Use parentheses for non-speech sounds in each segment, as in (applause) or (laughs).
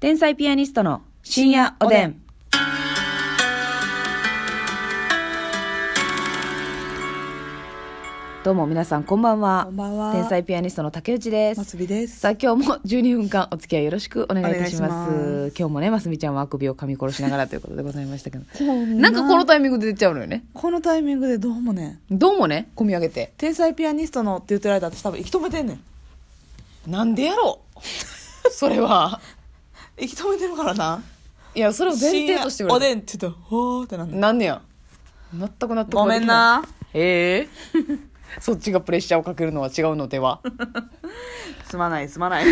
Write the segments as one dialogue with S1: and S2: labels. S1: 天才ピアニストの深夜おでん。どうも皆さんこんばんは。
S2: こんばんは
S1: 天才ピアニストの竹内です。
S2: ますびです。
S1: さあ今日も12分間お付き合いよろしくお願いいたします
S2: お願いします
S1: 今日もねますみちゃんはあくびを噛み殺しながらということでございましたけ
S2: (laughs)
S1: どな
S2: なん
S1: かこのタイミングで出ちゃうのよね
S2: このタイミングでどうもね、
S1: どうもね込み上げて
S2: 天才ピアニストのって言ってる間私多分息止めてんねん。
S1: なんでやろう (laughs) それは
S2: 息止めてるからな。
S1: いやそれを前提として言わ
S2: お
S1: れ
S2: でんって言ったら、ほーってなん
S1: た
S2: ねん。
S1: なんねや全く納得ができい
S2: ごめんな
S1: ええ
S2: (laughs)
S1: そっちがプレッシャーをかけるのは違うのでは
S2: すまない、すまない。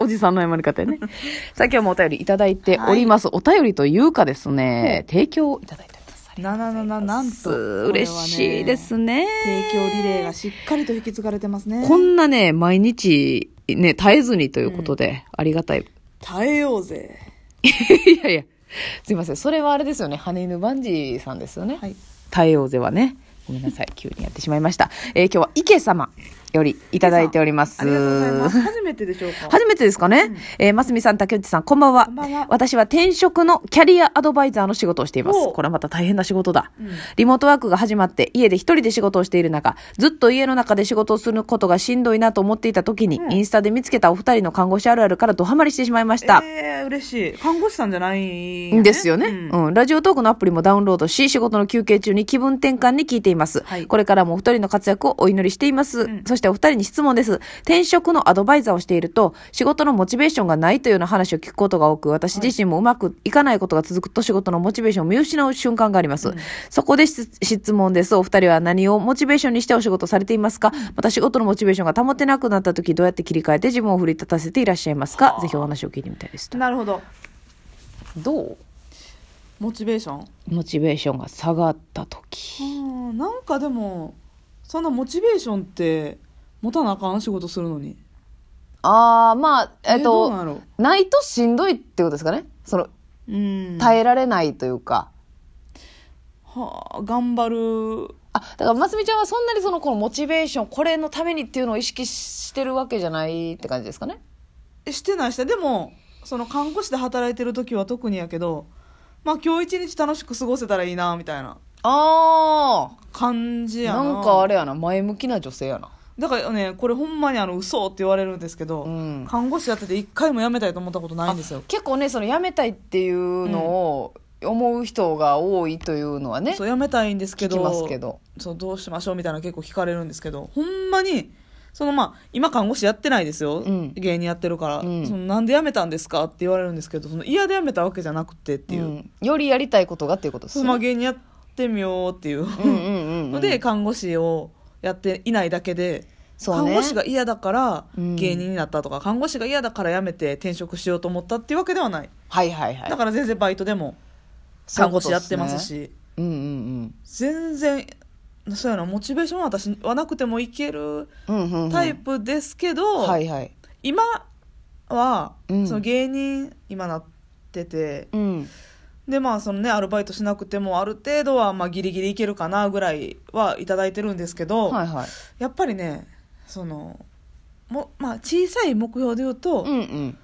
S1: おじさんの謝り方やね (laughs) さあ今日もお便りいただいております、お便りというかですね提供をいただいておりますありが
S2: なななな、なんと。
S1: とうございます嬉しいですね
S2: これはね。提供リレーがしっかりと引き継がれてますね。
S1: こんなね、毎日、ね、絶えずにということで、ありが
S2: (laughs)
S1: たい。
S2: 耐えようぜ。
S1: いやいや、すいません。それはあれですよね。羽犬バンジーさんですよね。
S2: はい。
S1: 太陽勢はね。ごめんなさい。急にやってしまいました。えー今日は池様よりいただいております。
S2: ありがとうございます。初めてでしょうか。
S1: 初めてですかね、えー、ますみさん、竹内さん、こんばんは
S2: こんばんは
S1: 私は転職のキャリアアドバイザーの仕事をしています。
S2: おう
S1: これはまた大変な仕事だ、
S2: うん
S1: リモートワークが始まって、家で一人で仕事をしている中、ずっと家の中で仕事をすることがしんどいなと思っていた時に、
S2: うん
S1: インスタで見つけたお二人の看護師あるあるからドハマりしてしまいました。
S2: えー、嬉しい。看護師さんじゃない、
S1: ですよね、
S2: うん
S1: うん。ラジオトークのアプリもダウンロードし、仕事の休憩中に気分転換に聞いています。
S2: はい
S1: これからもお二人の活躍をお祈りしています。
S2: ん
S1: そしてお二人に質問です。転職のアドバイザーをしていると、仕事のモチベーションがないというような話を聞くことが多く、私自身もうまくいかないことが続くと仕事のモチベーションを見失う瞬間があります。そこで質質問です。お二人は何をモチベーションにしてお仕事されていますかまた仕事のモチベーションが保てなくなった時、どうやって切り替えて自分を奮い立たせていらっしゃいますかぜひお話を聞いてみたいです。
S2: なるほど。
S1: どう
S2: モチベーション
S1: モチベーションが下がった時
S2: うんなんかでもそんなモチベーションって持たなあかん仕事するのに
S1: ああまあえっ、
S2: どう
S1: と
S2: なんやろ
S1: ないとしんどいってことですかねその
S2: うん
S1: 耐えられないというか、
S2: はあ頑張る
S1: あだからますみちゃんはそんなにそのこのモチベーションこれのためにっていうのを意識してるわけじゃないって感じですかね
S2: えしてないしてでもその看護師で働いてる時は特にやけどまあ今日一日楽しく過ごせたらいいなみたいな
S1: あ
S2: 感じ
S1: あ
S2: や
S1: な
S2: なん
S1: かあれやな前向きな女性やな
S2: だからねこれほんまにあの嘘って言われるんですけど、
S1: うん
S2: 看護師やってて一回も辞めたいと思ったことないんですよ
S1: 結構ねその辞めたいっていうのを思う人が多いというのはね、
S2: そう辞めたいんですけ
S1: 聞
S2: ど
S1: きますけど
S2: そうどうしましょうみたいな結構聞かれるんですけどほんまにそのまあ今看護師やってないですよ、
S1: うん
S2: 芸人やってるから、
S1: うん
S2: そのなんで辞めたんですかって言われるんですけどその嫌で辞めたわけじゃなくてっていう、
S1: うんよりやりたいことがっていうことです
S2: その
S1: ね
S2: まあ芸人やってみようっていう
S1: うんうんうんうん
S2: ので看護師をやっていないだけで、
S1: そうね
S2: 看護師が嫌だから
S1: うん
S2: 芸人になったとか、看護師が嫌だから辞めて転職しようと思ったっていうわけではない、
S1: はいはいはい
S2: だから全然バイトでも
S1: そうい
S2: 看
S1: うこ
S2: 護
S1: と
S2: 師
S1: っすね
S2: やってますし
S1: うんうん
S2: 全然そうやなモチベーションは私はなくてもいける
S1: うんうんうんうん
S2: タイプですけど、
S1: はいはい
S2: 今は、
S1: うん
S2: その芸人今なってて
S1: うん
S2: でまあそのねアルバイトしなくてもある程度はまあギリギリいけるかなぐらいはいただいてるんですけど、
S1: はいはい
S2: やっぱりねそのも、まあ、小さい目標で言うと、
S1: うんうん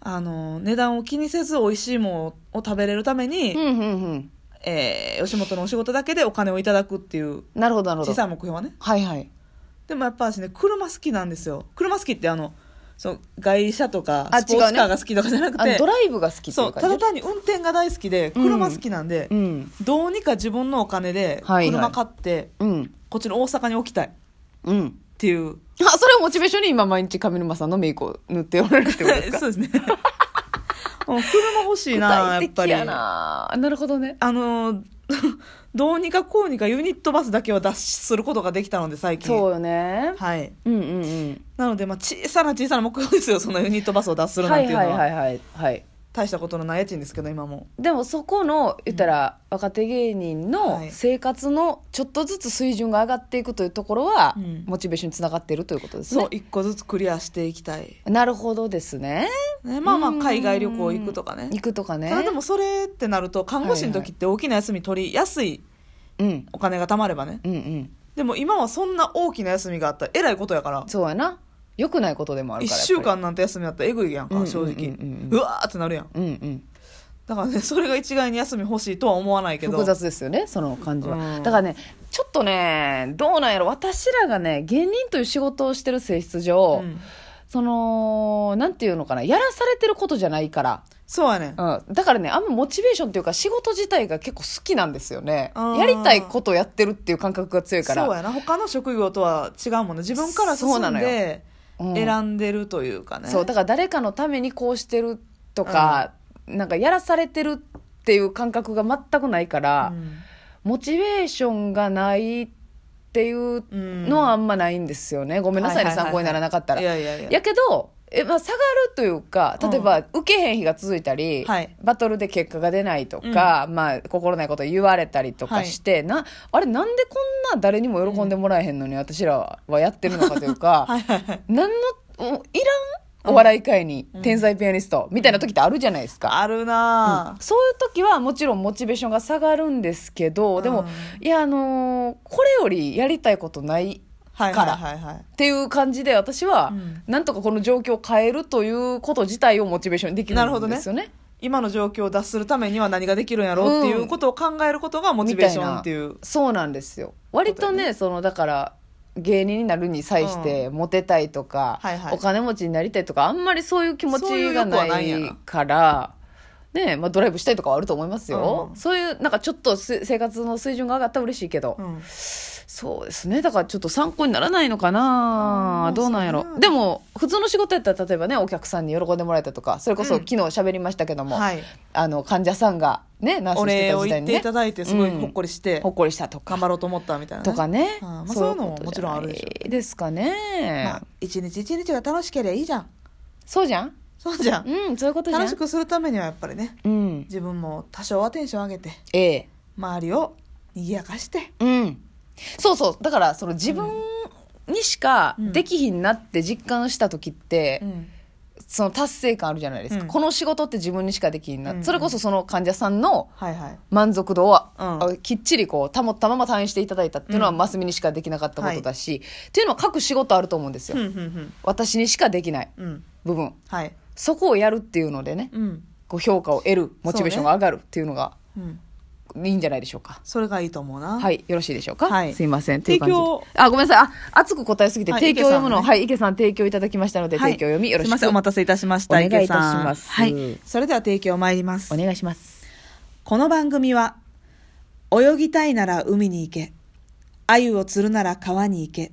S2: あの値段を気にせず美味しいものを食べれるために、
S1: うんうんうん
S2: えー吉本のお仕事だけでお金をいただくっていう
S1: なるほどなるほ
S2: 小
S1: ど
S2: さい目標はね
S1: はいはい
S2: でもやっぱ私ね車好きなんですよ車好きってあのそう外車とか
S1: あ
S2: スポ
S1: 違う
S2: ーツ
S1: ね
S2: カーが好きとかじゃなく
S1: あ
S2: て、
S1: ドライブが好きってい
S2: そううた
S1: 感
S2: だ
S1: じ
S2: 単に運転が大好きで車好きなんで、
S1: うん
S2: どうにか自分のお金で
S1: はいはい
S2: 車買って、
S1: うん
S2: こっちの大阪に置きたいっ
S1: うん
S2: ていう
S1: あそれをモチベーションに今毎日上沼さんのメイクを塗っておられるってことですか
S2: (laughs) そう
S1: (laughs)
S2: ですねもう車欲しいなやっ
S1: 具体
S2: ぱ
S1: 的
S2: り
S1: やななるほどね
S2: あの (laughs) ーどうにかこうにかユニットバスだけは脱出することができたので最近
S1: そうよね
S2: はい
S1: うんうんうん
S2: なので、まあ、小さな小さな目標ですよそのユニットバスを脱出するな
S1: は
S2: んてい
S1: いう
S2: のは,、
S1: はいはいはいはい
S2: 大したことのない家賃ですけど今も
S1: でもそこの言ったら若手芸人の
S2: はい
S1: 生活のちょっとずつ水準が上がっていくというところは
S2: うん
S1: モチベーションにつながっているということですね
S2: そう一個ずつクリアしていきたい、
S1: なるほどですね。
S2: ね、まあまあ
S1: うん
S2: 海外旅行行くとかね
S1: 行くとかね。
S2: ただでもそれってなると看護師の時って大きな休み取りやすい
S1: うん。
S2: お金が貯まればね
S1: うんうん。
S2: でも今はそんな大きな休みがあったらえらいことやから
S1: そうやな。良くないことでもある
S2: 一
S1: から。
S2: 週間なんて休みだったらえぐいやん
S1: うんうんう
S2: か、
S1: ん
S2: 正直。
S1: うんうんうん
S2: うわーってなるやん。
S1: やっぱり。うん
S2: だからね、それが一概に休み欲しいとは思わない
S1: うん。
S2: けど。
S1: 複雑ですよね、その感じは。
S2: うん
S1: だからね、ちょっとね、どうなんやろ、私らがね、芸人という仕事をしてる性質上、
S2: うん
S1: その、なんていうのかな、やらされてることじゃないから。
S2: そうやね。
S1: うん、だからねあんまモチベーションっていうか仕事自体が結構好きなんですよね
S2: あー
S1: やりたいことをやってるっていう感覚が強いから
S2: そうやな。他の職業とは違うもんね。自分から進
S1: そうなんの
S2: で
S1: うん
S2: 選んでるというかね。
S1: そうだから誰かのためにこうしてるとか、なんかやらされてるっていう感覚が全くないから、
S2: うん
S1: モチベーションがないっていうのはあんまないんですよね、ごめんなさいね、
S2: はいはいは
S1: 参
S2: いはい
S1: 考にならなかったら
S2: いやいやいや
S1: けどえ、まあ、下がるというか例えば、受けへん日が続いたり、
S2: はい
S1: バトルで結果が出ないとか、まあ、心ないこと言われたりとかして、なあれなんでこんな誰にも喜んでもらえへんのに、私らはやってるのかというか、
S2: (laughs) はいはいはい。
S1: 何のおいらんお笑い界に天才ピアニストみたいな時ってあるじゃないですか、
S2: あるなぁ
S1: そういう時はもちろんモチベーションが下がるんですけどでも、
S2: う
S1: いやあのーこれよりやりたいことない
S2: はい
S1: から
S2: はいはいはい。
S1: っていう感じで私は、
S2: うん
S1: なんとかこの状況を変えるということ自体をモチベーションにできる
S2: なるほ
S1: ん
S2: どね
S1: ですよね。
S2: 今の状況を脱するためには何ができるんやろうっていうことを考えることがモチベーションっていう
S1: みたなそうなんですよ割とねそのだから芸人になるに際してモテたいとか、
S2: はいはい
S1: お金持ちになりたいとかあんまりそういう気持
S2: そうい
S1: ち
S2: う
S1: が
S2: 欲は
S1: な
S2: ないんやない
S1: からねまあ、ドライブしたいとかはあると思いますよ、
S2: うん
S1: そういうなんかちょっとす生活の水準が上がったら嬉しいけど、
S2: うん
S1: そうですねだからちょっと参考にならないのかな
S2: あー
S1: どうなんやろ
S2: そうやな
S1: でも普通の仕事やったら例えばねお客さんに喜んでもらえたとかそれこそ
S2: うん
S1: 昨日喋りましたけども、
S2: はい
S1: あの患者さんがねナース
S2: お
S1: して
S2: 礼
S1: た
S2: を
S1: 時代
S2: 言っ
S1: に
S2: て
S1: ね
S2: いただいてすごいほっこりして
S1: ほっこりしたとか
S2: 頑張ろうと思ったみたいなね
S1: とかね、
S2: うんまあそういうのももちろんあるでしょう
S1: ょですかね、
S2: まあ一日一日が楽しければいいじゃん
S1: そうじゃん
S2: そうじゃん
S1: うんそういうことじゃん
S2: 楽しくするためにはやっぱりね
S1: うん
S2: 自分も多少はテンション上げて
S1: ええ
S2: 周りを賑やかして
S1: うんそうそうだからその自分にしかできひんなって実感した時って、
S2: うん
S1: その達成感あるじゃないですか、
S2: うん
S1: この仕事って自分にしかできひんな、
S2: うん
S1: それこそその患者さんの
S2: はいはい
S1: 満足度を、
S2: うん
S1: あきっちりこう保ったまま退院していただいたっていうのは、
S2: うん
S1: マスミにしかできなかったことだし、っていうのは各仕事あると思うんですよ、
S2: ふんふんふん
S1: 私にしかできない
S2: うん
S1: 部分
S2: はい
S1: そこをやるっていうのでね
S2: うん
S1: こう評価を得るモチベーションが上がるっていうのが
S2: うん
S1: いいんじゃないでしょうか
S2: それがいいと思うな
S1: はいよろしいでしょうか、
S2: はい
S1: すいません
S2: 提供
S1: という感じであごめんなさいあ熱く答えすぎて、
S2: はい
S1: 提供読むの
S2: 池さんのね
S1: はい池さん提供いただきましたので、
S2: はい
S1: 提供読みよろし
S2: すいませんお
S1: く
S2: 待たせいたしました
S1: お願いいた
S2: 池さん
S1: します
S2: はいそれでは提供参ります
S1: お願いします
S2: この番組は、泳ぎたいなら海に行け、鮎を釣るなら川に行け、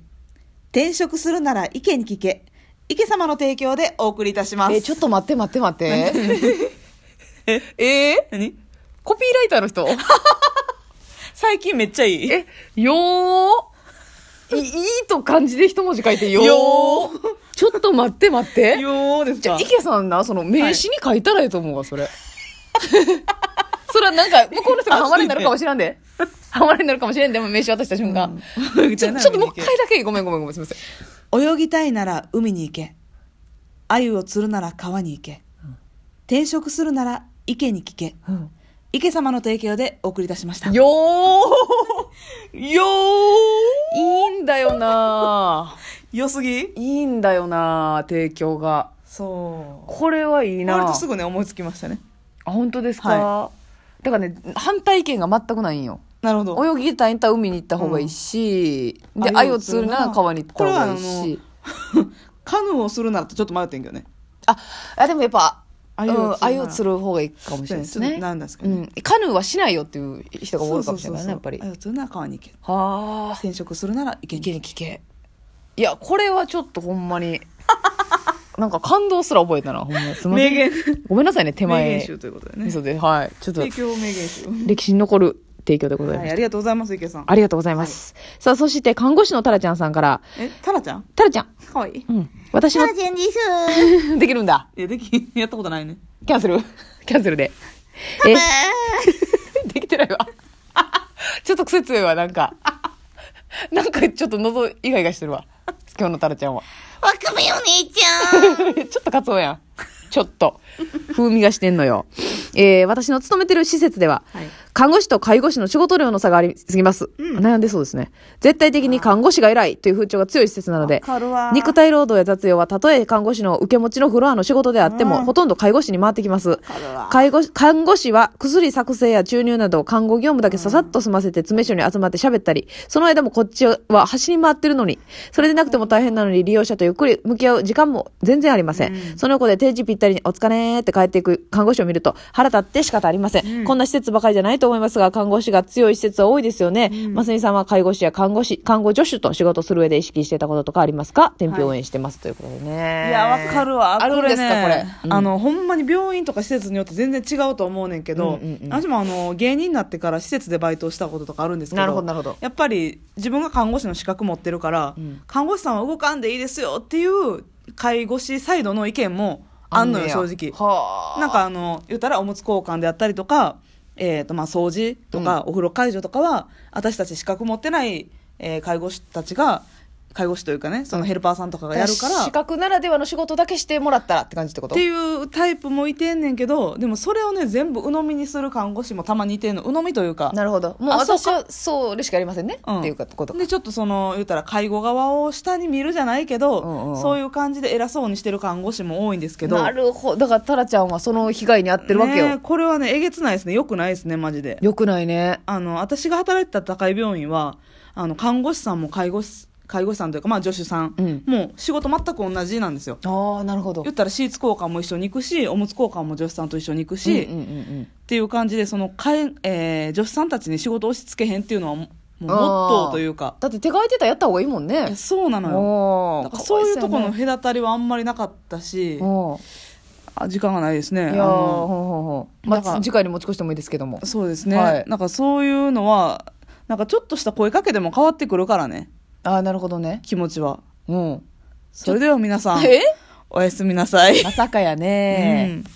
S2: 転職するなら池に聞け、池様の提供でお送りいたします。
S1: えーちょっと待って待って待ってええ
S2: 何 (laughs)
S1: コピーライターの (laughs) 人
S2: 最近めっちゃいい。
S1: えよーいいいと漢字で一文字書いてよー
S2: よ
S1: ちょっと待って待って
S2: よーです
S1: じゃ
S2: か
S1: あ池さんなその名刺に書いたらええと思うわ
S2: (laughs)
S1: それそれはなんか向こうの人がハマりになるかもしれんでハマりになるかもしれんでも名刺渡した瞬間、
S2: うん
S1: ちょちょっともう一回だけごめんごめんごめんすいません
S2: 泳ぎたいなら海に行け、鮎を釣るなら川に行け、転職するなら池に聞け、池様の提供でお送りいたしま (laughs) した。
S1: よーよーいいんだよな
S2: よすぎ
S1: いいんだよな提供が
S2: そう。
S1: これはいいな
S2: 割とすぐね、思いつきましたね。
S1: あ本当ですか、
S2: は
S1: だからね反対意見が全くないんよ
S2: なるほど。
S1: 泳ぎたいんだったら海に行った方がいいし、で
S2: 鮎
S1: 鮎を釣るなら川に行った方がいい
S2: これ
S1: し
S2: はカヌーをするならとちょっと迷ってんけどね。
S1: ああでもやっぱ
S2: 鮎を釣るなら
S1: うん鮎を釣る方がいいかもしれないです
S2: そうですちょっ
S1: ね
S2: となんですか
S1: う
S2: ね
S1: ん、カヌーはしないよっていう人が多いかもしれないねやっぱり
S2: あつなら川に行け。
S1: はあ
S2: 転職するなら池
S1: 意
S2: に行け。
S1: 見聞けいやこれはちょっとほんま
S2: (laughs)
S1: になんか感動すら覚えたなほんますいません
S2: 名言。
S1: ごめんなさいね手
S2: 名
S1: 前
S2: 言集ということでね。
S1: 嘘ではいちょっと
S2: 提供名言集。
S1: 歴史に残る提供でございま
S2: は
S1: し
S2: い、
S1: た
S2: ありがとうございます、池さん。
S1: ありがとうございます。さあ、そして、看護師のタラちゃんさんから、
S2: え、タラちゃん
S1: タラちゃん、
S2: かわいい。
S1: うん、私
S2: タ
S1: の
S2: ラ、ちゃんですー。
S1: できるんだ。
S2: いや、でき、やったことないね。
S1: キャンセ
S2: (laughs)
S1: ルキャンセルで。えできてないわ。 (laughs) ちょっと癖強いわ、なんか。なんかちょっと喉イガイガしてるわ。今日のタラちゃんは。
S3: わかめお姉ちゃん。
S1: (laughs) ちょっとカツオやん。ちょっと。風味がしてんのよ。えー私の勤めてる施設では、
S2: はい
S1: 看護師と介護士の仕事量の差がありすぎます。
S2: うん
S1: 悩んでそうですね。絶対的に看護師が偉いという風潮が強い施設なので
S2: わかるわ、
S1: 肉体労働や雑用はたとえ看護師の受け持ちのフロアの仕事であっても、
S2: うん
S1: ほとんど介護士に回ってきます
S2: かるわ。
S1: 介護士、看護師は薬作成や注入など看護業務だけささっと済ませて詰め所に集まって喋ったり、その間もこっちは走り回ってるのに、それでなくても大変なのに利用者とゆっくり向き合う時間も全然ありません。その子で定時ぴったりにお疲れーって帰っていく看護師を見ると腹立って仕方ありません。こんな施設ばかりじゃないと思いますが、看護師が強い施設は多いですよね。ますみさんは介護士や看護師、看護助手と仕事する上で意識してたこととかありますか天日応援してます、ということでね。
S2: いや、わかるわ。
S1: あるんですか、こ
S2: こ
S1: れ
S2: れ。
S1: うん
S2: あの、ほんまに病院とか施設によって全然違うと思うねんけど、
S1: うんうんうん
S2: 私もあの、芸人になってから施設でバイトしたこととかあるんですけど、
S1: なるほどなるほど
S2: やっぱり自分が看護師の資格持ってるから、
S1: ん
S2: 看護師さんは動かんでいいですよっていう介護士サイドの意見もあんのよ、
S1: ねや
S2: 正直。
S1: はあ。
S2: なんかあの言ったらおむつ交換であったりとか、えーとまあ、掃除とか、お風呂解除とかは私たち資格持ってない、えー介護士たちが介護士というかねそのヘルパーさんとかがやるから
S1: 資格ならではの仕事だけしてもらったらって感じってこと
S2: っていうタイプもいてんねんけどでもそれをね全部鵜呑みにする看護師もたまにいてんの鵜呑みというか
S1: なるほどもう
S2: あそうか
S1: 私はそれしかありませんね、
S2: うん
S1: っていうことか
S2: でちょっとその言ったら介護側を下に見るじゃないけど、
S1: うんうんうん
S2: そういう感じで偉そうにしてる看護師も多いんですけど
S1: なるほどだからタラちゃんはその被害に遭ってるわけよ、
S2: ねこれはねえげつないですねよくないですねマジで
S1: よくないね
S2: あの私が働いてた高い病院はあの看護師さんも介護士介護士さんというか、まあ、助手さん、
S1: うん
S2: もう仕事全く同じなんですよ
S1: ああなるほど
S2: 言ったらシーツ交換も一緒に行くしおむつ交換も助手さんと一緒に行くし、
S1: うんうんうんうん
S2: っていう感じでそのかえ、えー、女子さんたちに仕事を押し付けへんっていうのはもうモットーというか
S1: だって手が空いてたらやった方がいいもん
S2: いや
S1: ね
S2: そうなのよ
S1: おー
S2: だからそういうところの
S1: かわ
S2: 隔たりはあんまりなかったし
S1: いそう
S2: あ時間がないですね
S1: やねうんいやー
S2: あ
S1: ほうほ
S2: の
S1: うほうま
S2: だか
S1: あ
S2: ら
S1: 次回に持ち越してもいいですけども
S2: そうですね、
S1: はい
S2: なんかそういうのはなんかちょっとした声かけでも変わってくるからね
S1: ああなるほどね
S2: 気持ちは
S1: うん
S2: それでは皆さん
S1: え
S2: おやすみなさい、
S1: まさかやね
S2: うん